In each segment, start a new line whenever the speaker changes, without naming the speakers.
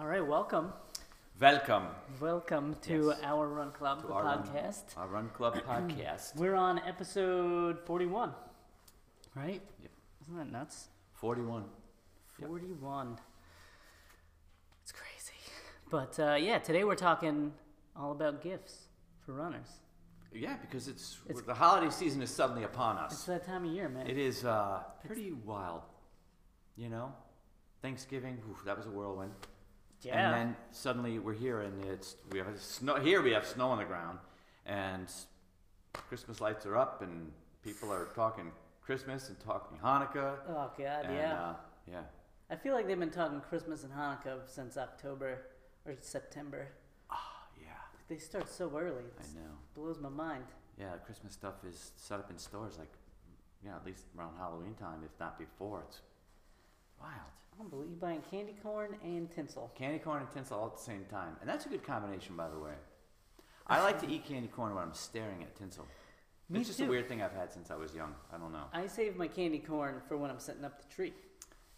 welcome,
Welcome
welcome to
Yes.
our Run Club
To our Run-
podcast.
our Run Club podcast.
We're on episode forty-one, right?
Yep.
Isn't that nuts?
41. Yep.
Forty-one. It's crazy. But uh, yeah, today we're talking all about gifts for runners.
Yeah, because it's,
It's-
the holiday season is suddenly upon
It's
us.
that time of year, man.
It is uh, pretty wild, you know. Thanksgiving, oof, that was a whirlwind.
yeah.
And then suddenly we're here, and it's we have snow here. We have snow on the ground, and Christmas lights are up, and people are talking Christmas and talking Hanukkah.
oh God,
and,
yeah.
Uh, yeah.
I feel like they've been talking Christmas and Hanukkah since October or September.
Ah, yeah.
They start so early. It
I know.
blows my mind.
Yeah, Christmas stuff is set up in stores like, yeah, at least around Halloween time, if not before. It's wild.
I don't believe you buying candy corn and tinsel.
Candy corn and tinsel all at the same time, and that's a good combination, by the way. I like to eat candy corn when I'm staring at tinsel.
Me
it's just a
too.
weird thing I've had since I was young. I don't know.
I save my candy corn for when I'm setting up the tree.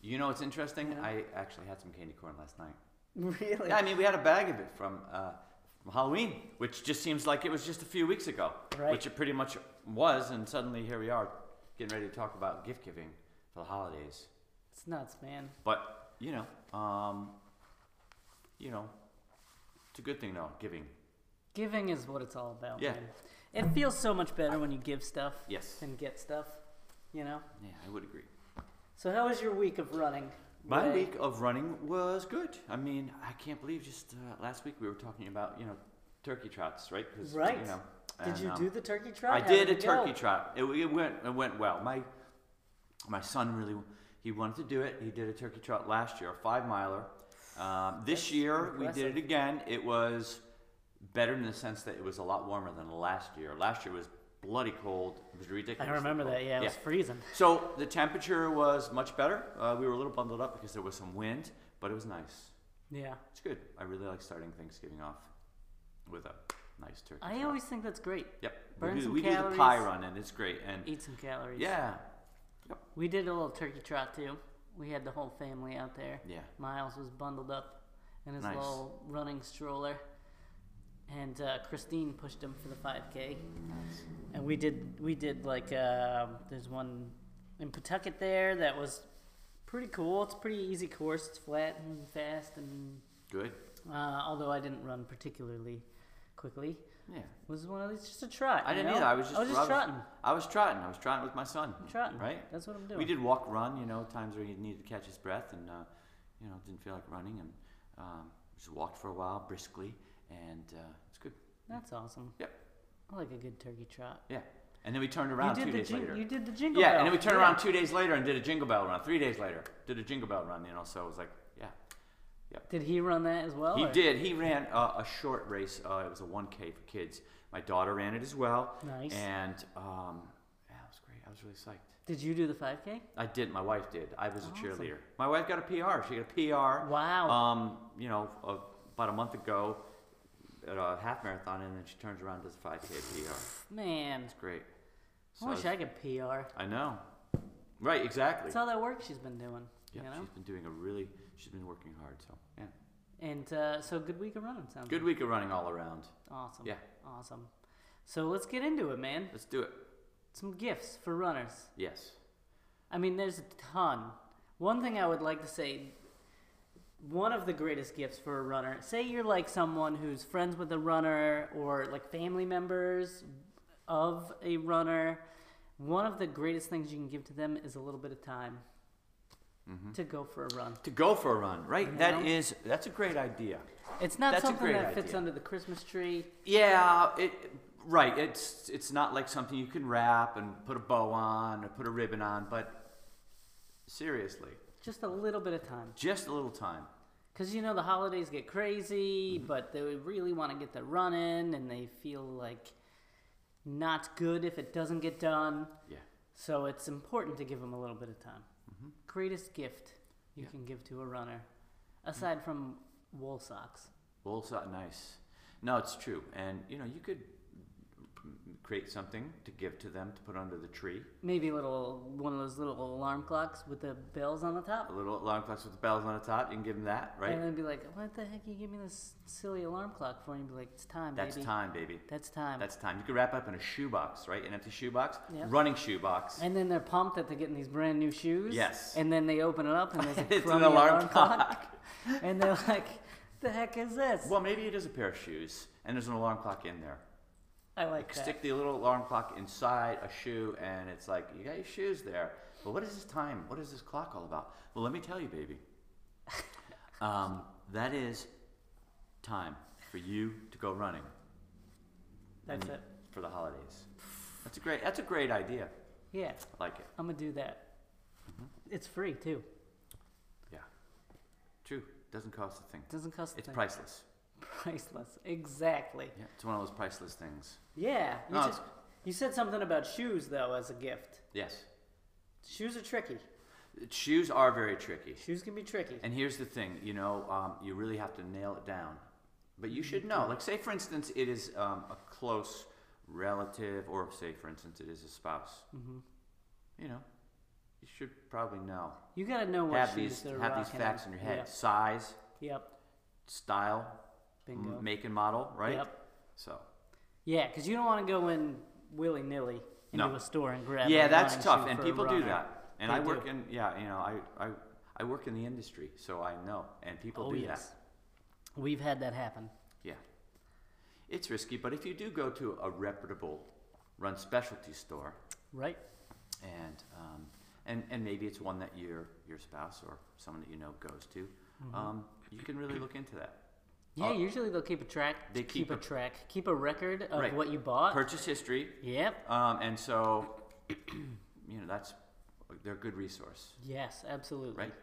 You know what's interesting?
Yeah.
I actually had some candy corn last night.
Really?
Yeah, I mean, we had a bag of it from, uh, from Halloween, which just seems like it was just a few weeks ago,
Right.
which it pretty much was, and suddenly here we are getting ready to talk about gift giving for the holidays.
It's nuts, man.
But you know, um, you know, it's a good thing though. Giving,
Giving is what it's all about.
Yeah.
Man. It feels so much better when you give stuff
yes,
than get stuff, you know?
yeah, I would agree.
So, how was your week of running?
My
Ray?
week of running was good. I mean, I can't believe just uh, last week we were talking about you know turkey trots, right? 'Cause,
Right.
You know,
Did
and,
you
um,
do the turkey trot?
I
How
did a
it go?
turkey trot. It, it went it went well. My my son really he wanted to do it. He did a turkey trot last year, a five miler. Um, this
That's
year we
impressive.
did it again. It was better in the sense that it was a lot warmer than last year. Last year was bloody cold. It was
I
ridiculous.
remember that. Yeah, it was freezing.
So the temperature was much better. Uh, we were a little bundled up because there was some wind, but it was nice.
Yeah.
It's good. I really like starting Thanksgiving off with a nice turkey.
I
trot.
always think that's great.
Yep.
Burn
we do,
some
we do the
calories.
pie run, and it's great. And
Eat some calories.
yeah,
We did a little turkey trot too. We had the whole family out there.
yeah,
Miles was bundled up in his
Nice.
little running stroller, and uh, Christine pushed him for the 5K. And we did we did like uh, there's one in Pawtucket there that was pretty cool. It's a pretty easy course. It's flat and fast, and
good.
uh, although I didn't run particularly quickly, it
Yeah,
was one of these just a trot.
I
you
didn't
know?
either. I was just,
I was just trotting.
I was trotting. I was trotting with my son.
I'm trotting.
Right.
That's what I'm doing.
We did walk, run. You know, times where he needed to catch his breath, and uh, you know, didn't feel like running, and um, just walked for a while briskly, and uh, it's good.
That's awesome.
Yep.
I like a good turkey trot.
Yeah. And then we turned around
you did
two
the
days
jing-
later.
you did the jingle.
yeah,
bell.
and then we turned
Yeah.
around two days later and did a jingle bell run. Three days later, did a jingle bell run. You know, so it was like, yeah.
Did he run that as well?
He
or-
did. He ran uh, a short race. Uh, it was a 1K for kids. My daughter ran it as well.
Nice.
And um, yeah, it was great. I was really psyched.
Did you do the 5K?
I did. My wife did. I was a
Awesome.
cheerleader. My wife got a PR. She got a PR.
Wow.
Um, you know, uh, about a month ago at a half marathon, and then she turns around and does a 5K PR.
Man,
It's great. So
I wish
it's-
I could PR.
I know. Right. Exactly.
That's all that work she's been doing,
yeah.
you know?
She's been doing a really. She's been working hard. So yeah.
And uh, so good week of running sounds
Good
like.
week of running all around.
Awesome.
Yeah.
Awesome. So let's get into it, man.
Let's do it.
Some gifts for runners.
Yes.
I mean, there's a ton. One thing I would like to say one of the greatest gifts for a runner, say you're like someone who's friends with a runner or like family members of a runner, one of the greatest things you can give to them is a little bit of time
Mm-hmm.
to go for a run.
To go for a run, right?
You
That
know?
is that's a great idea.
It's not
That's a
something
great
that fits
idea.
under the Christmas tree.
Yeah, it right. It's it's not like something you can wrap and put a bow on or put a ribbon on, but seriously,
Just a little bit of time.
just a little time.
Because, you know, the holidays get crazy,
Mm-hmm.
but they really want to get the running and they feel like not good if it doesn't get done.
Yeah.
So it's important to give them a little bit of time. Greatest gift you
Mm-hmm. Yeah. Mm-hmm.
can give to a runner, aside from wool socks.
Well, it's not nice. No, it's true. And you know, you could create something to give to them to put under the tree.
Maybe a little one of those little alarm clocks with the bells on the
A
top.
little alarm clocks with bells on the top. You can give them that, right?
And then be like, what the heck you give me this silly alarm clock for? And you'd be like, it's time,
That's
baby.
time, baby.
That's time.
That's time. You could wrap up in a shoebox, right? An empty shoebox,
Yep.
running shoebox.
and then they're pumped that they're getting these brand new shoes.
Yes.
And then they open it up and there's a
It's an
crummy
alarm
alarm clock.
clock.
and they're like, the heck is this?
Well, maybe it is a pair of shoes, and there's an alarm clock in there.
I like that.
Stick the little alarm clock inside a shoe, and it's like you got your shoes there. But what is this time? What is this clock all about? Well, let me tell you, baby. um, that is time for you to go running
That's it.
for the holidays. That's a great. That's a great idea.
Yeah,
I like it.
I'm gonna do that.
Mm-hmm.
It's free too.
Yeah. True. Doesn't cost a thing.
doesn't cost. a
It's
thing.
priceless.
priceless. Exactly.
Yeah. It's one of those priceless things.
Yeah. You,
No,
said-
it's-
you said something about shoes though as a gift.
Yes.
Shoes are tricky.
Shoes are very tricky.
Shoes can be tricky.
And here's the thing, you know, um, you really have to nail it down. But you should know, like, say for instance, it is um, a close relative, or say for instance, it is a spouse.
Mhm.
You know, you should probably know.
You gotta know what
Have
shoes
these
they're
have these
rocking.
facts in your head:
Yep.
size,
Yep.
style, m-
Bingo.
make and model, right?
Yep.
So,
Yeah, because you don't want to go in willy nilly into
No.
a store and grab.
yeah,
a
that's
running
tough,
shoe
and
for a
people do
runner.
that. And
They
I work
do.
in, yeah, you know, I, I, I work in the industry, so I know, and people
Oh
do that.
yes, we've had that happen.
Yeah. It's risky, but if you do go to a reputable run specialty store
Right.
and um, and, and maybe it's one that your your spouse or someone that you know goes to,
Mm-hmm.
um, you can really look into that.
Yeah,
Uh,
usually they'll keep a track.
they keep
a,
a-
track. Keep a record of
Right.
what you bought.
Purchase history.
yep.
Um, and so you know, that's they're a good resource.
Yes, absolutely.
Right?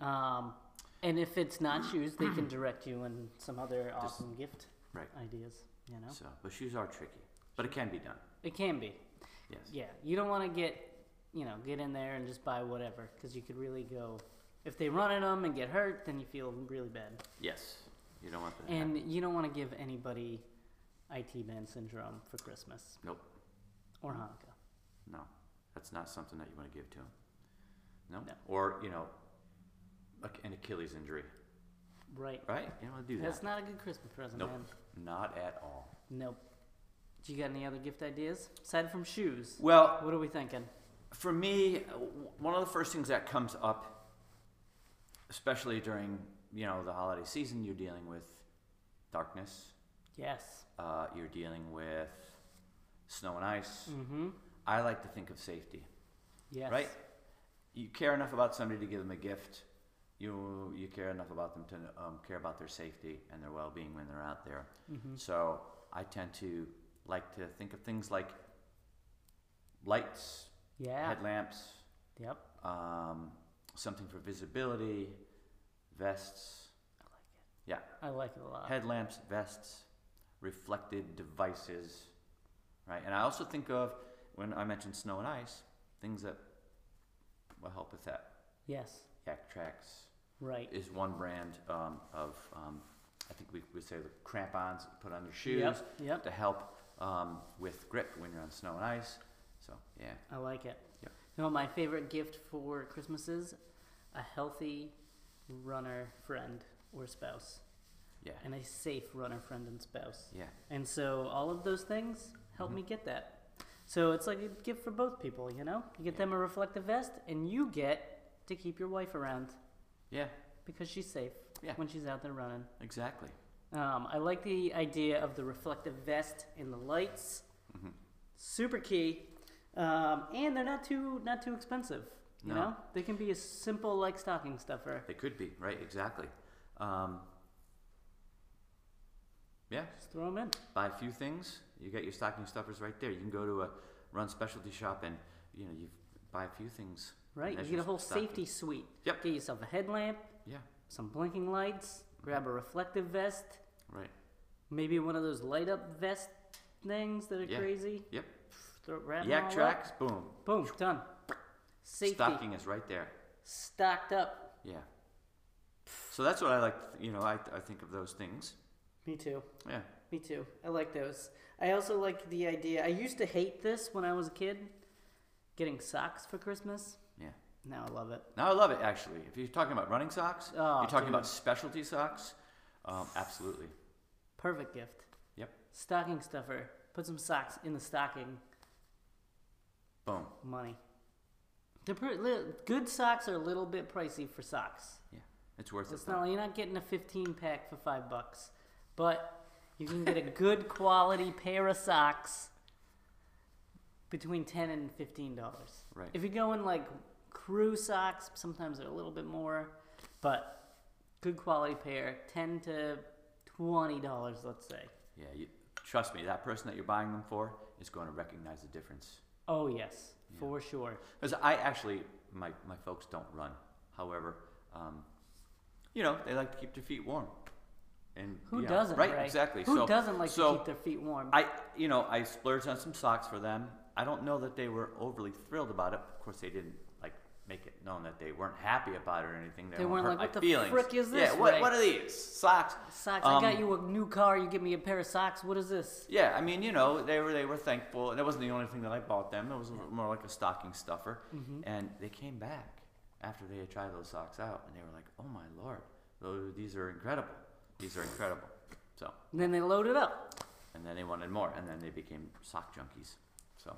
Um, and if it's not shoes, they can direct you in some other awesome gift
Right.
ideas. You know,
So but shoes are tricky. But it can be done.
it can be.
Yes.
Yeah, you don't want to get, you know, get in there and just buy whatever because you could really go. If they run in them and get hurt, then you feel really bad.
Yes. You don't want that. to happen.
And you don't want to give anybody IT man syndrome for Christmas
nope.
or Hanukkah.
No, that's not something that you want to give to him. No?
No.
Or, you know, a- an Achilles injury,
Right.
right? You don't want to do that.
That's not a good Christmas present,
Nope.
man.
Not at all.
Nope. Do you got any other gift ideas aside from shoes?
Well,
What are we thinking?
for me, w- one of the first things that comes up, especially during, you know, the holiday season, you're dealing with darkness,
Yes.
uh, you're dealing with snow and ice.
Mm-hmm.
I like to think of safety.
Yes.
right? You care enough about somebody to give them a gift. You you care enough about them to um, care about their safety and their well-being when they're out there.
Mm-hmm.
So I tend to like to think of things like lights,
Yeah.
headlamps,
Yep.
um, something for visibility, vests,
I like it a lot.
headlamps, vests, reflected devices, right? And I also think of when I mentioned snow and ice, things that will help with that.
yes.
Yak Tracks
Right.
is one brand um, of, um, I think we would say the crampons you put on your shoes
Yep. Yep.
to help um, with grip when you're on snow and ice. So, yeah.
I like it.
Yep.
You know, my favorite gift for Christmas is a healthy runner friend or spouse,
Yeah.
and a safe runner friend and spouse.
Yeah.
And so all of those things
Mm-hmm.
help me get that. So it's like a gift for both people, you know? You get them a reflective vest, and you get to keep your wife around
Yeah.
because she's safe
Yeah.
when she's out there running.
Exactly.
Um, I like the idea of the reflective vest and the lights.
Mm-hmm.
Super key, um, and they're not too not too expensive. You
No.
know, they can be a simple like stocking stuffer.
They could be, right? Exactly. Um, yeah.
Just throw them in.
Buy a few things. You got your stocking stuffers right there. You can go to a run specialty shop and, you know, you buy a few things.
Right,
Measure
you get a whole
stocking.
safety suite.
Yep.
Get yourself a headlamp,
Yeah.
some blinking lights.
Mm-hmm.
Grab a reflective vest,
Right.
maybe one of those light up vest things that are
Yeah.
crazy.
Yep.
Throw wrap 'em all
Yak
up.
tracks. Boom.
Boom, done. Safety
Stocking is right there.
stocked up.
Yeah. So that's what I like. You know, I, I think of those things.
Me too.
Yeah.
Me too. I like those. I also like the idea. I used to hate this when I was a kid, getting socks for Christmas.
Yeah.
Now I love it.
Now I love it actually. If you're talking about running socks,
Oh,
you're talking
dude.
about specialty socks. Um, absolutely.
Perfect gift.
Yep.
Stocking stuffer. Put some socks in the stocking.
Boom.
Money. The pr- li- good socks are a little bit pricey for socks.
Yeah. It's worth
It's
it. though.
not like you're not getting a 15 pack for five bucks, but you can get a good quality pair of socks between 10 and 15 dollars.
Right.
If you're going like crew socks, sometimes they're a little bit more, but good quality pair, 10 to 20 dollars, let's say.
Yeah, you, trust me, that person that you're buying them for is going to recognize the difference.
Oh yes, for sure.
Because I actually, my, my folks don't run. However, um, you know, they like to keep their feet warm. And
Who
you know,
doesn't?
Right,
Ray?
exactly.
Who
so,
doesn't like
so
to keep their feet warm?
I, you know, I splurged on some socks for them. I don't know that they were overly thrilled about it. Of course, they didn't like make it known that they weren't happy about it or anything. They,
They
won't
weren't like,
hurt my
"What the
feelings.
frick is this,
Yeah, what,
Ray?"
what are these socks?
socks.
Um,
I got you a new car. You give me a pair of socks. What is this?
Yeah, I mean, you know, they were they were thankful. That wasn't the only thing that I bought them. It was more like a stocking stuffer.
Mm-hmm.
And they came back after they had tried those socks out, and they were like, "Oh my lord, those, these are incredible. These are incredible." So,
And then they load it up.
and then they wanted more, and then they became sock junkies. So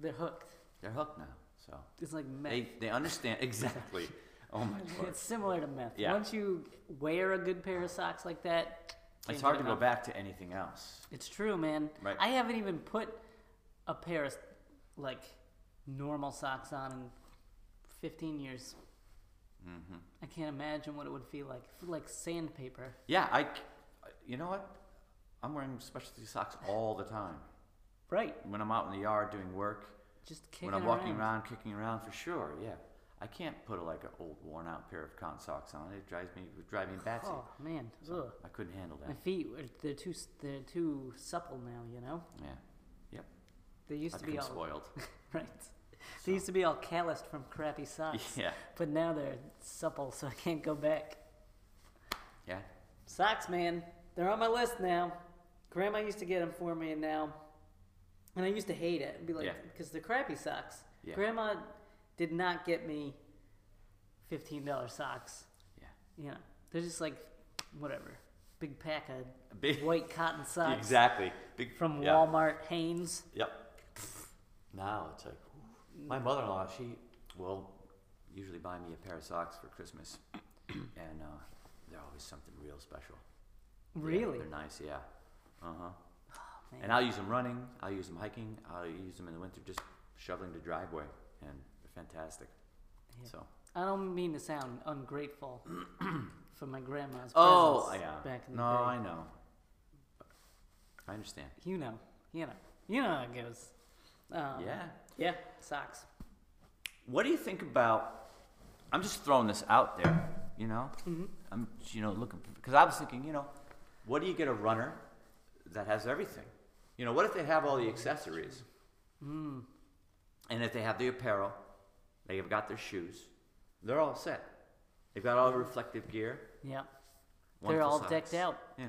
They're hooked.
they're hooked now. So
It's like meth.
they they understand exactly. Oh my lord,
It's similar to meth.
Yeah.
Once you wear a good pair of socks like that,
it's
change
hard
it
to go
up.
back to anything else.
It's true, man.
Right.
I haven't even put a pair of like normal socks on in 15 years.
Mm-hmm.
I can't imagine what it would feel like. Feel like sandpaper.
Yeah, I, c- you know what? I'm wearing specialty socks all the time
Right.
when I'm out in the yard doing work.
Just kicking
when I'm walking
around.
around, kicking around for sure, yeah. I can't put a, like an old worn out pair of cotton socks on. It drives me it would drive me batsy.
Oh man. Ugh.
I couldn't handle
My
that.
feet are they're too s- they're too supple now. You know.
Yeah. Yep.
They used
I've
to be
been
all
spoiled.
right. They used to be all calloused from crappy socks.
yeah.
But now they're supple, so I can't go back.
Yeah.
Socks, man. They're on my list now. Grandma used to get them for me, and now, and I used to hate it. Be like,
Yeah.
because they're crappy socks.
Yeah.
Grandma did not get me fifteen dollar socks.
Yeah.
You know, they're just like whatever, big pack of
A Big,
white cotton socks
exactly. Big
from
yeah.
Walmart, Hanes.
Yep. Now it's like my mother in law, she will usually buy me a pair of socks for Christmas. and uh, they're always something real special. Yeah,
Really? Oh,
they're nice, yeah. Uh huh.
man.
and I'll use them running. I'll use them hiking. I'll use them in the winter just shoveling the driveway, and they're fantastic.
Yeah.
So
I don't mean to sound ungrateful for my grandma's
oh
presents
yeah,
back in the
no,
day.
I know. I understand.
You know, you know, you know how it goes. Um,
Yeah.
Yeah, socks.
What do you think about? I'm just throwing this out there. You know,
Mm-hmm.
I'm you know looking because I was thinking, you know, what do you get a runner that has everything? You know, what if they have all the accessories?
Mm.
And if they have the apparel, they have got their shoes. They're all set. They've got all the reflective gear.
Yeah. They're
Wonderful
all
socks.
decked out.
Yeah.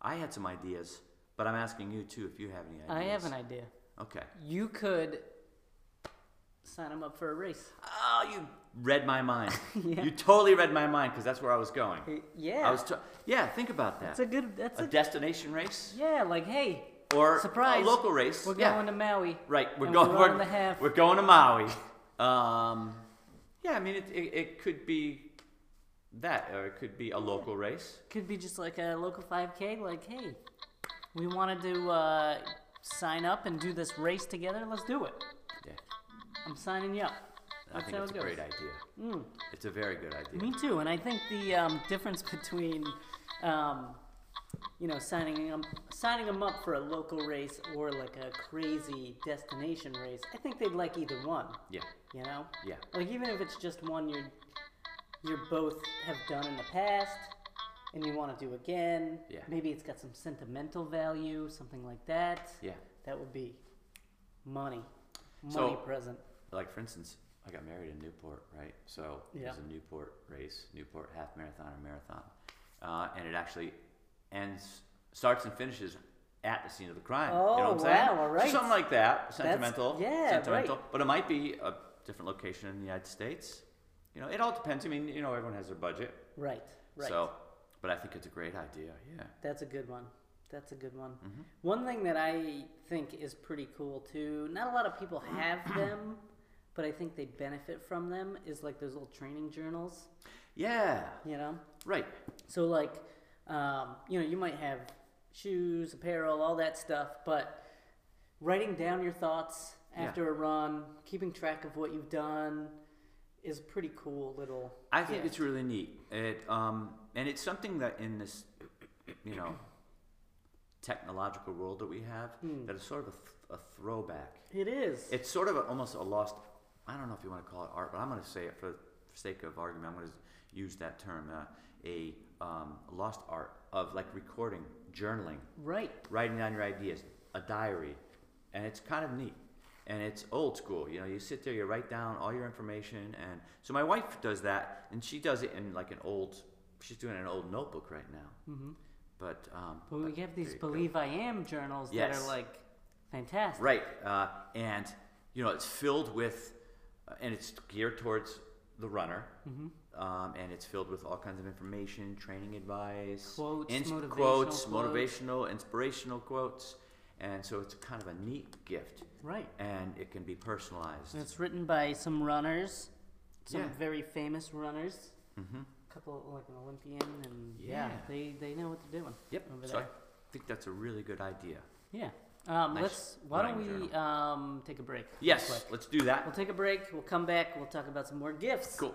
I had some ideas, but I'm asking you too if you have any ideas.
I have an idea.
Okay.
You could sign them up for a race.
Oh, you read my mind.
Yeah.
You totally read my mind because that's where I was going.
Yeah.
I was. T- yeah. Think about that.
that's a good. That's
A
a.
destination race
yeah, like hey,
or
surprise.
a local race.
we're
yeah.
going to Maui.
Right, we're
and
going.
We're,
We're,
running the half.
we're going to Maui. Um, yeah, I mean, it, it, it could be that, or it could be a local race.
Could be just like a local 5K. Like hey, we wanted to uh, sign up and do this race together. Let's do it.
Yeah,
I'm signing you up.
I
That's
think
how
it's a
it goes. Mm.
great idea. It's a very good idea.
Me too, and I think the um, difference between, um, you know, signing um, signing them up for a local race or like a crazy destination race, I think they'd like either one.
Yeah,
You know,
yeah,
like even if it's just one you're you're both have done in the past and you want to do again.
Yeah.
Maybe it's got some sentimental value, something like that.
yeah.
That would be money, money
So-
present.
Like for instance, I got married in Newport, right? So
Yeah.
there's a Newport race, Newport half marathon or marathon, uh, and it actually ends starts and finishes at the scene of the crime. you know
Oh,
what I'm saying?
wow, all right.
So something like that, sentimental.
yeah,
sentimental. But it might be a different location in the United States. You know, it all depends. I mean, you know, everyone has their budget.
Right. Right.
So, but I think it's a great idea. Yeah.
That's a good one. That's a good one.
Mm-hmm.
One thing that I think is pretty cool too, not a lot of people have them, but I think they benefit from them is like those little training journals,
Yeah.
you know?
Right.
So like, um, you know, you might have shoes, apparel, all that stuff, but writing down your thoughts
Yeah.
after a run, keeping track of what you've done, is a pretty cool little.
I think
yeah.
it's really neat. It um, and it's something that in this, you know, technological world that we have, that is sort of a, th- a throwback.
It is.
It's sort of a, almost a lost. I don't know if you want to call it art, but I'm going to say it for for sake of argument. I'm going to use that term. Uh, a um, lost art of like recording, journaling,
right.
writing down your ideas, a diary, and it's kind of neat. And it's old school, you know. You sit there, you write down all your information, and so my wife does that, and she does it in like an old. She's doing an old notebook right now, mm-hmm. but um,
But we have these
there you go.
"Believe I Am" journals that
Yes.
are like fantastic.
Right. Uh, and, you know, it's filled with, uh, and it's geared towards the runner.
Mm-hmm.
Um, and it's filled with all kinds of information, training advice,
Quotes, motivational
quotes,
quotes.
motivational, inspirational quotes. And so it's kind of a neat gift.
Right.
And it can be personalized.
And it's written by some runners, some
Yeah.
very famous runners. Mm-hmm. A couple like an Olympian, and yeah,
Yeah.
they they know what they're doing.
yep.
Over
So I
there.
think that's a really good idea.
Yeah. Um,
Nice
let's. Why don't
running
we
journal.
um, take a break? real
Yes,
quick?
let's do that.
We'll take a break. We'll come back. We'll talk about some more gifts.
Cool.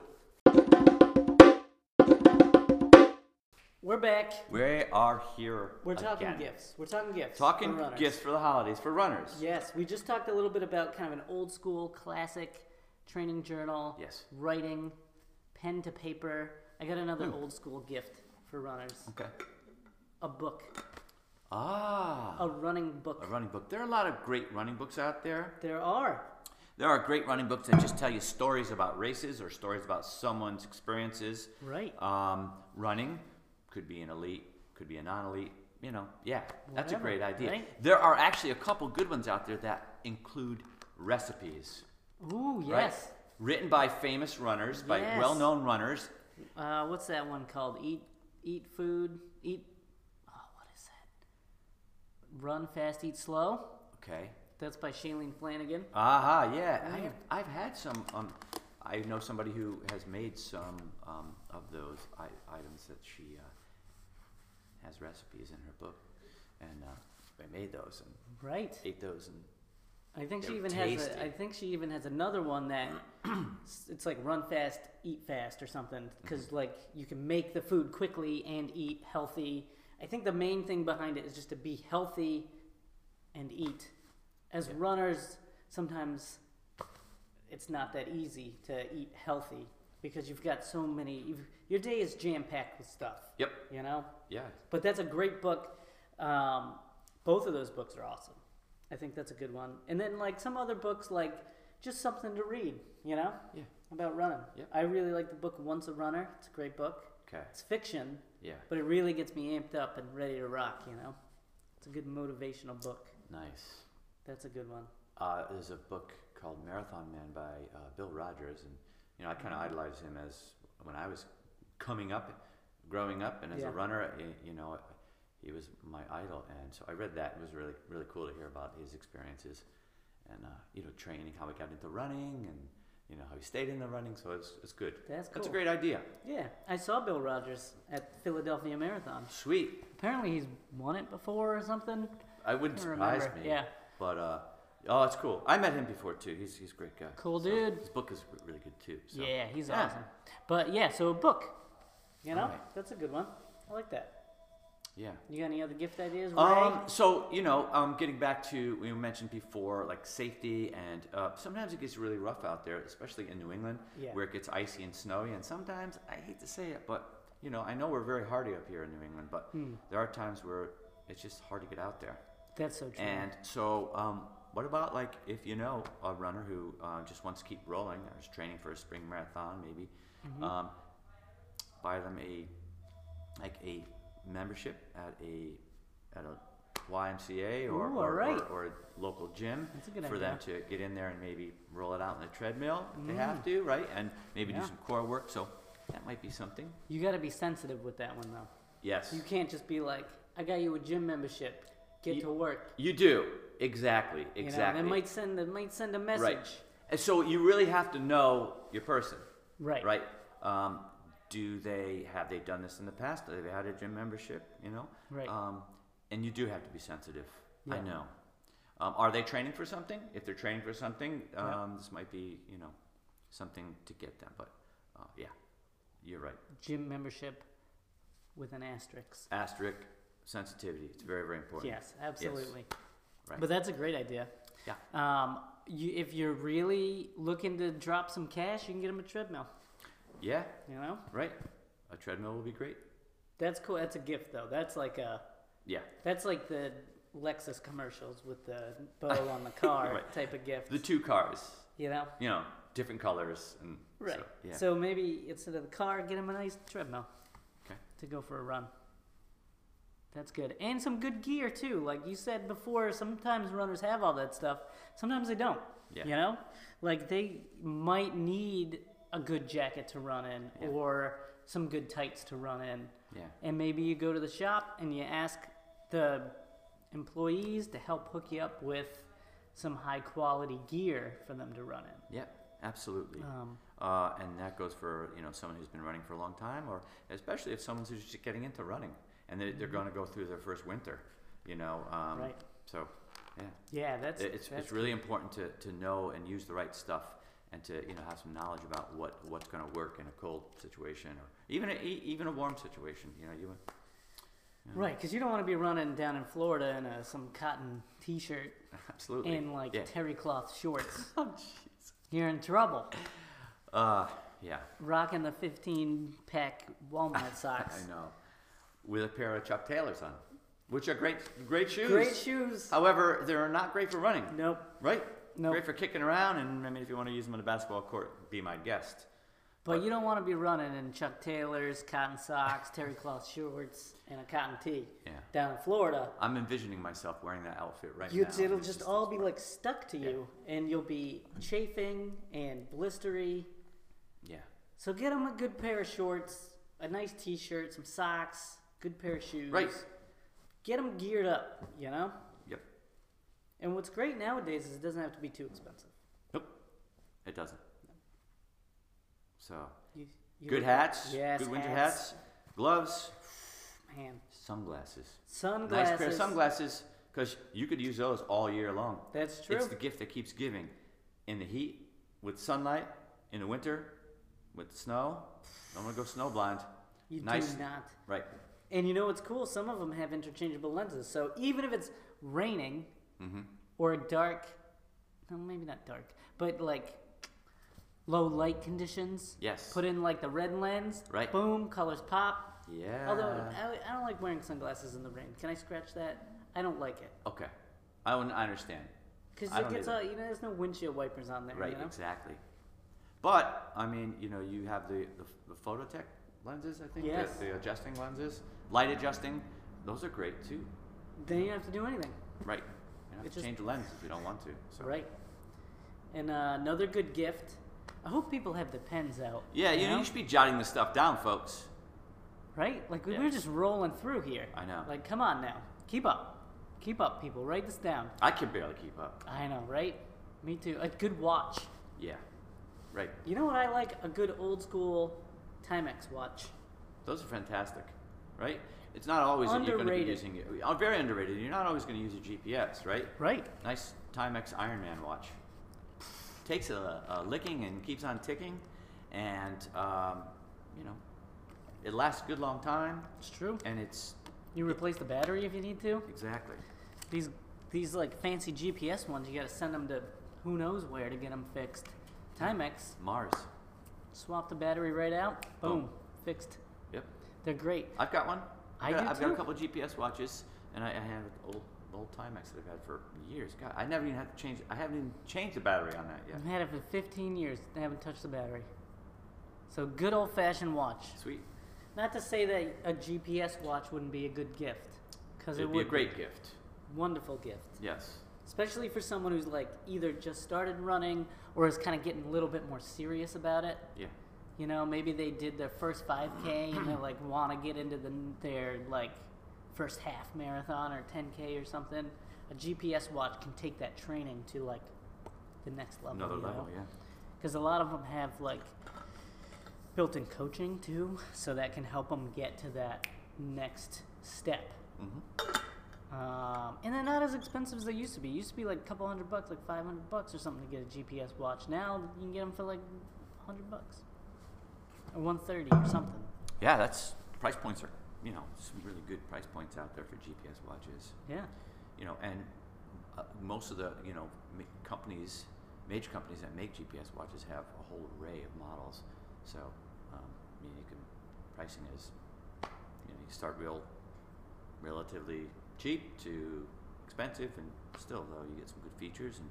We're back.
We are here.
We're talking
again.
gifts. We're talking gifts. for
Talking
runners.
gifts for the holidays for runners.
Yes, we just talked a little bit about kind of an old school classic training journal.
Yes.
Writing, pen to paper. I got another
Hmm.
old school gift for runners.
Okay.
A book.
Ah.
A running book.
a running book. There are a lot of great running books out there.
There are.
There are great running books that just tell you stories about races or stories about someone's experiences.
Right.
Um, running could be an elite, could be a non-elite. You know, yeah, that's a
Whatever,
great idea.
right?
There are actually a couple good ones out there that include recipes,
Ooh,
Uh, right?
yes.
Written by famous runners, by
Yes.
well-known runners.
Uh, what's that one called? Eat eat food. Eat oh, what is that? Run fast, eat slow.
Okay.
That's by Shailene Flanagan.
Aha, yeah. I
Yeah.
have, I've had some. Um, I know somebody who has made some um, of those I- items that she uh, has recipes in her book, and uh, I made those and
Right.
ate those. And
I think she
They're
even has.
tasty.
A, I think she even has another one that it's like run fast, eat fast, or something. Because like you can make the food quickly and eat healthy. I think the main thing behind it is just to be healthy and eat. As runners, sometimes it's not that easy to eat healthy because you've got so many. You've, your day is jam packed with stuff.
yep,
You know.
yeah,
But that's a great book. Um, both of those books are awesome. I think that's a good one. And then like some other books, like just something to read, you know,
yeah.
about running.
Yep.
I really like the book Once a Runner. It's a great book.
Okay,
It's fiction,
yeah,
but it really gets me amped up and ready to rock. You know, it's a good motivational book.
nice.
That's a good one.
Uh, there's a book called Marathon Man by uh, Bill Rogers, and you know I
Mm-hmm.
kind of idolized him as when I was coming up, growing up, and as
Yeah.
a runner, y- you know, he was my idol, and so I read that. It was really really cool to hear about his experiences, and uh, you know, training, how he got into running, and you know how he stayed in the running. So it's it's good.
That's cool.
That's a great idea.
Yeah, I saw Bill Rogers at Philadelphia Marathon.
Sweet.
Apparently, he's won it before or something.
I wouldn't
I
surprise
remember,
me.
yeah.
But uh, oh, it's cool. I met him before too. He's he's a great guy.
Cool
So
dude.
His book is really good too. So.
Yeah, he's
Yeah.
awesome. But yeah, so a book. You know,
Alright.
that's a good one. I like that.
Yeah.
You got any other gift ideas, Ray?
Um, so you know, um, getting back to we mentioned before, like safety, and uh, sometimes it gets really rough out there, especially in New England,
Yeah.
where it gets icy and snowy. And sometimes I hate to say it, but you know, I know we're very hardy up here in New England, but
Hmm.
there are times where it's just hard to get out there.
That's so true.
And so, um, what about like if you know a runner who uh, just wants to keep rolling or is training for a spring marathon, maybe
Mm-hmm.
um, buy them a like a membership at a at a YMCA or,
Ooh,
or,
alright.
or, or a local gym
That's a good
for them to get in there and maybe roll it out on the treadmill if they have to, right? And maybe
Mm. Yeah.
do some core work. So that might be something.
You got to be sensitive with that one though.
Yes.
You can't just be like, I got you a gym membership. Get
You-
to work.
You do. Exactly.
You
Exactly.
Know? That might send that might send a message.
right. And so you really have to know your person.
Right.
Right. Um, do they have they done this in the past? Have they had a gym membership? You know.
Right.
Um, and you do have to be sensitive. I
Yeah.
know. Um, are they training for something? If they're training for something, um, this might be you know something to get them. But uh, yeah, you're right.
Gym membership with an asterisk.
Asterisk sensitivity. It's very very important.
Yes, absolutely.
Right.
But that's a great idea.
Yeah.
Um, you, if you're really looking to drop some cash, you can get them a treadmill.
Yeah.
You know,
Right. A treadmill will be great.
that's cool. That's a gift though. That's like a
Yeah.
that's like the Lexus commercials with the bow on the car
Right.
type of gift.
The two cars.
You know,
You know, different colors and so,
right?
yeah.
So maybe instead of the car, get him a nice treadmill.
Okay.
To go for a run. That's good, and some good gear too. Like you said before, sometimes runners have all that stuff. Sometimes they don't.
Yeah.
You know, like they might need a good jacket to run in,
Yeah.
or some good tights to run in.
yeah.
And maybe you go to the shop and you ask the employees to help hook you up with some high quality gear for them to run in.
Yep, absolutely.
Um,
uh, and that goes for you know someone who's been running for a long time, or especially if someone's who's just getting into running and they're, they're going to go through their first winter, you know. Um,
Mm-hmm. Right.
So, yeah,
Yeah, that's
it- it's,
that's
it's really important to, to know and use the right stuff and to you know have some knowledge about what, what's going to work in a cold situation or even a, e- even a warm situation. You know, you
right because you don't want to be running down in Florida in a, some cotton T-shirt
absolutely
and like
yeah.
terry cloth shorts.
Oh, jeez.
You're in trouble.
Uh, yeah,
Rocking the 15 pack walnut socks.
I know. With a pair of Chuck Taylors on, which are great great shoes.
Great shoes.
However, they're not great for running,
Nope.
right?
No.
Great for kicking around, and I mean, if you want to use them on a basketball court, be my guest.
But you don't want to be running in Chuck Taylors, cotton socks, terry cloth shorts, and a cotton tee
Yeah.
down in Florida.
I'm envisioning myself wearing that outfit right
You,
now.
it'll
It's
just all be like stuck to you, and you'll be chafing and blistery.
Yeah.
So get them a good pair of shorts, a nice T-shirt, some socks, good pair of shoes.
Right.
Get them geared up, you know.
Yep.
And what's great nowadays is it doesn't have to be too expensive.
Nope. It doesn't. So
You, you
good hats.
Yes,
Good winter
hats.
hats. Gloves.
man,
Sunglasses.
sunglasses.
Nice pair of sunglasses, because you could use those all year long.
That's true.
It's the gift that keeps giving. In the heat, with sunlight, in the winter, with snow. Don't want to go snowblind.
you
nice-
do not.
Right.
And you know what's cool? Some of them have interchangeable lenses. So even if it's raining
Mm-hmm.
or dark, no, maybe not dark, but like low light conditions,
Yes.
put in like the red lens,
Right.
boom, colors pop.
Yeah.
Although I, I don't like wearing sunglasses in the rain. Can I scratch that? I don't like it.
okay, I, wouldn't- I understand. I
Because it
don't
gets
either.
all, you know, there's no windshield wipers on there.
Right,
You know?
exactly. But I mean, you know, you have the the, the phototech lenses, I think. the-
Yes.
The, adjusting lenses, light adjusting, those are great too.
Then you don't have to do anything.
Right. You don't
It
have to
just-
change the lens if you don't want to. So.
Right. And uh, another good gift. I hope people have the pens out.
Yeah, you, know, you should be jotting this stuff down, folks.
Right? Like, we
Yeah.
we're just rolling through here.
I know.
Like, come on now. Keep up. Keep up, people. Write this down.
I can barely keep up.
I know, right? Me too. A good watch.
Yeah. Right.
You know what I like? A good old school Timex watch.
Those are fantastic, right? It's not always that you're going to be
Underrated.
using it. uh, Very underrated. You're not always going to use a GPS, right?
Right.
Nice Timex Iron Man watch. Takes a, a licking and keeps on ticking, and um, you know, it lasts a good long time,
It's true.
and it's
You replace the battery if you need to.
exactly
These, these like fancy GPS ones, you gotta send them to who knows where to get them fixed. Timex,
Mars.
swap the battery right out. Boom.
Boom.
Fixed.
Yep,
They're great.
I've got one.
I
I've got,
do
I've got
too.
a couple GPS watches, and I, I have an old old Timex that I've had for years. God, I never even had to change. I haven't even changed the battery on that yet.
I've had it for 15 years. I haven't touched the battery. So good old fashioned watch.
Sweet.
Not to say that a GPS watch wouldn't be a good gift, 'cause because
It'd
it
be a
would
great gift.
wonderful gift,
Yes.
especially for someone who's like either just started running or is kind of getting a little bit more serious about it.
Yeah.
You know, maybe they did their first 5K and they like want to get into the their like first half marathon or 10K or something. A GPS watch can take that training to like the next level.
Another level. Yeah.
Because a lot of them have like built-in coaching too, so that can help them get to that next step.
Mm-hmm.
Um, and they're not as expensive as they used to be. It used to be like a couple hundred bucks, like 500 bucks or something to get a GPS watch. Now you can get them for like 100 bucks or 130 or something.
Yeah. That's price points are you know some really good price points out there for GPS watches.
Yeah.
You know, and uh, most of the you know ma- companies, major companies that make GPS watches have a whole array of models. So um, I mean, you can pricing is you know you start real relatively cheap to expensive, and still though you get some good features and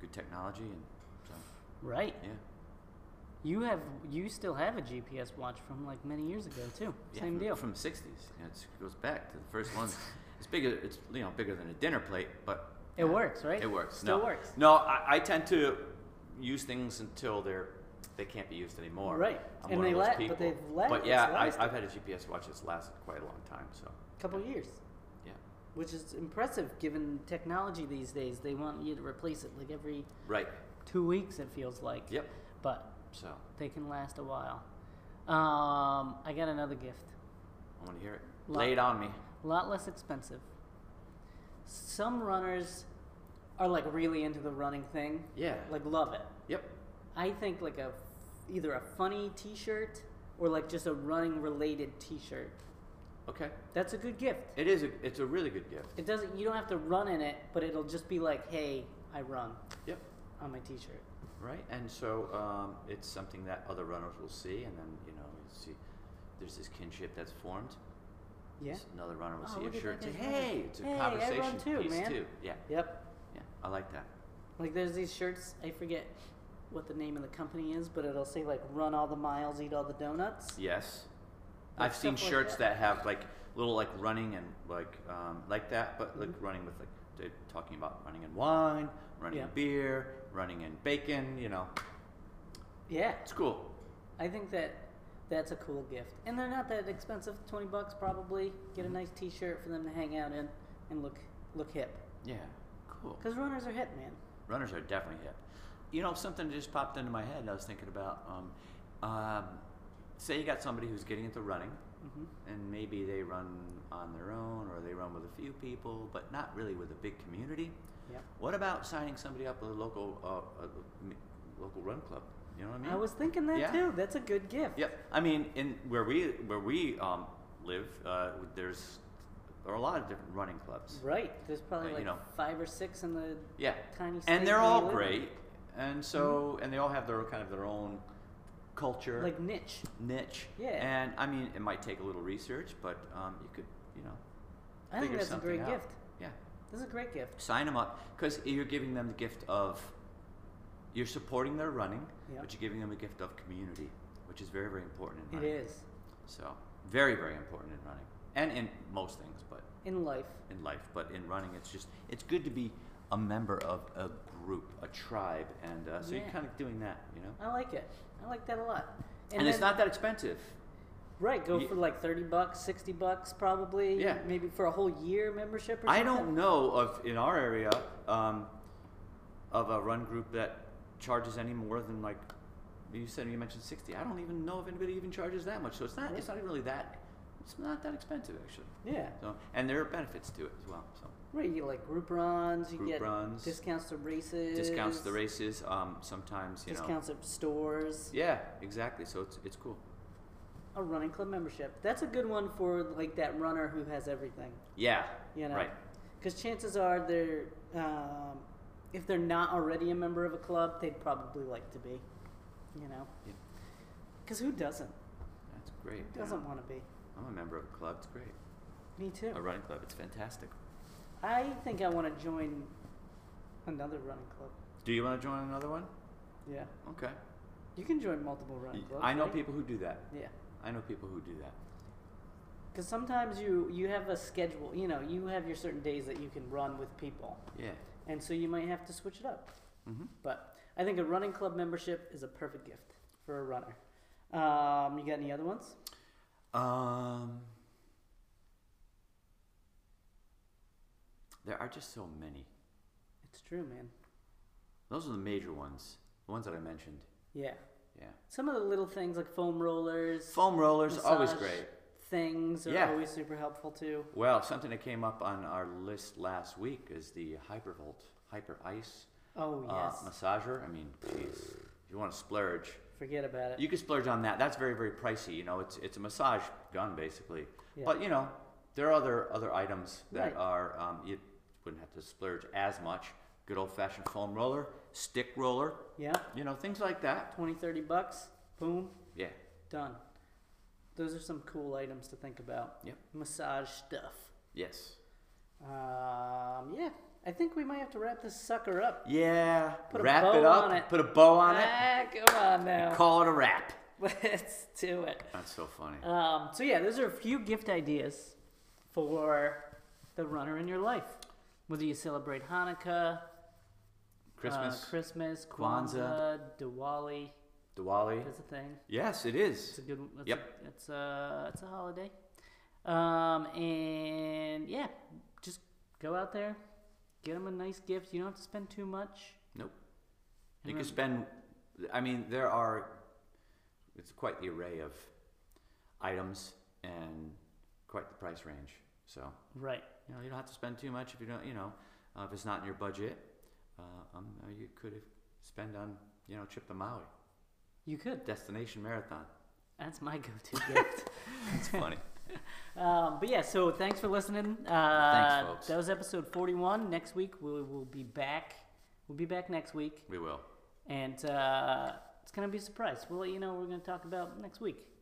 good technology, and so
Right.
yeah.
You have you still have a GPS watch from like many years ago too.
Yeah,
Same
from,
deal.
from the '60s. You know, it's- it goes back to the first one. it's bigger. It's you know bigger than a dinner plate, but
It works, right?
It works.
Still
no.
works.
No, I, I tend to use things until they're they can't be used anymore.
Right.
I'm
And
one
they
of those
la- but
people.
they've la-
But
it's
yeah, I,
lasted.
I've had a GPS watch that's lasted quite a long time. So
couple years,
yeah,
which is impressive given technology these days. They want you to replace it like every
right.
two weeks. It feels like.
Yep.
But
So
they can last a while. Um, I got another gift.
I want to hear it.
Lo-
Lay it on me.
A lot less expensive. Some runners are like really into the running thing.
Yeah.
Like love it.
Yep.
I think like a either a funny t-shirt or like just a running related t-shirt.
Okay.
That's a good gift.
It is. A, it's a really good gift.
It doesn't you don't have to run in it, but it'll just be like, "Hey, I run"
Yep.
on my t-shirt.
Right, and so um, it's something that other runners will see, and then you know, you see, there's this kinship that's formed.
Yeah.
S- Another runner will
Oh,
see
look
a
at
shirt and
that
say,
guy's running.
"Hey, it's a
Hey, I run
conversation
too,
piece
man."
too." Yeah,
Yep.
yeah, I like that.
Like there's these shirts, I forget what the name of the company is, but it'll say like run all the miles, eat all the donuts.
Yes,
Like
I've seen
stuff like
shirts
that.
that. have like little like running and like um, like that, but like
Mm-hmm.
running with like they're talking about running in wine, running
Yeah.
in beer, running in bacon. You know,
Yeah.
it's cool.
I think that that's a cool gift. And they're not that expensive, 20 bucks probably. Get a
Mm-hmm.
nice t-shirt for them to hang out in and look look hip.
Yeah, cool.
Cuz runners are hip, man.
Runners are definitely hip. You know, something just popped into my head. and I was thinking about. Um, um, say you got somebody who's getting into running,
Mhm.
and maybe they run on their own, or they run with a few people, but not really with a big community.
Yep.
What about signing somebody up with a local, uh, a m- local run club? You know what I mean?
I was thinking that
Yeah.
too. That's a good gift.
Yep. I mean, in where we where we um, live, uh, there's there are a lot of different running clubs.
Right. There's probably
Uh,
like
you know.
5 or 6 in the
Yeah.
tiny state
and they're
where you
all
live in.
great, and so and they all have their kind of their own culture
Like niche.
niche.
Yeah.
And I mean, it might take a little research, but um, you could you know
I think
figure
that's a
something
great
out.
gift.
Yeah.
This is a great gift.
Sign them up because you're giving them the gift of you're supporting their running,
Yeah.
but you're giving them a gift of community, which is very very important in
It
running.
is
So very very important in running and in most things, but
in life.
in life, but in running, it's just it's good to be a member of a group, a tribe, and uh, so
Yeah.
you're kind of doing that, you know.
I like it. I like that a lot.
And, it's
then-
not that expensive.
Right, go
Ye-
for like thirty bucks, sixty bucks, probably.
Yeah.
maybe for a whole year membership. or
I
something.
don't know of in our area um, of a run group that charges any more than like you said. You mentioned sixty. I don't even know if anybody even charges that much. So it's not it's not really that it's not that expensive actually.
Yeah,
So and there are benefits to it as well. So
right. You get like group runs. You
Group
get
runs.
discounts to races.
discounts the races. Um, sometimes you know.
Discounts at stores.
Yeah, exactly. So it's it's cool.
A running club membership. That's a good one for like that runner who has everything.
Yeah.
You know,
Right.
Because chances are they're, um, if they're not already a member of a club, they'd probably like to be. You know.
Yeah.
Because who doesn't?
That's great.
Who doesn't want to be?
I'm a member of a club. It's great.
Me too.
A running club. It's fantastic.
I think I want to join another running club.
Do you want to join another one?
Yeah.
Okay.
You can join multiple running clubs.
I know
right?
people who do that.
Yeah.
I know people who do that.
Because sometimes you you have a schedule. You know, you have your certain days that you can run with people,
Yeah.
and so you might have to switch it up.
Mhm.
But I think a running club membership is a perfect gift for a runner. Um, you got any other ones?
Um, there are just so many.
It's true, man.
Those are the major ones. The ones that I mentioned.
Yeah.
Yeah.
Some of the little things like foam rollers,
Foam rollers always
massage
great.
Things are
Yeah.
always super helpful too.
Well, something that came up on our list last week is the Hypervolt Hyper Ice
Oh
uh,
yes,
massager. I mean, jeez, if you want to splurge,
forget about it.
you can splurge on that. That's very very pricey. You know, it's it's a massage gun basically.
Yeah.
But you know, there are other other items that
Right.
are um, you wouldn't have to splurge as much. Good old fashioned foam roller, stick roller.
yeah,
You know, things like that.
20, 30 bucks, boom,
Yeah.
done. Those are some cool items to think about.
Yep.
Massage stuff.
Yes.
Um, yeah, I think we might have to wrap this sucker up.
Yeah.
Put a
wrap
bow
it up.
on it.
Put a bow on it.
Ah, come on now.
Call it a wrap.
Let's do it.
That's so funny.
Um, so yeah, those are a few gift ideas for the runner in your life. Whether you celebrate Hanukkah,
Christmas,
uh, Christmas, Kwanzaa,
Kwanzaa.
Diwali.
Diwali.
That's a thing.
Yes, it is.
It's a good. That's
Yep.
A, it's a it's a holiday. Um, and yeah, just go out there, get them a nice gift. You don't have to spend too much.
Nope.
And
You
rem-
can spend. I mean, there are. It's quite the array of items and quite the price range. So
Right.
you know, you don't have to spend too much if you don't. You know, uh, if it's not in your budget, uh, um, uh, you could spend on you know trip to Maui,
You could.
destination marathon.
That's my go-to gift.
It's funny.
Um, but yeah, so thanks for listening. Uh,
Thanks, folks.
That was episode 41. Next week we will be back. We'll be back next week,
we will.
and uh, it's gonna be a surprise. We'll let you know what we're gonna talk about next week.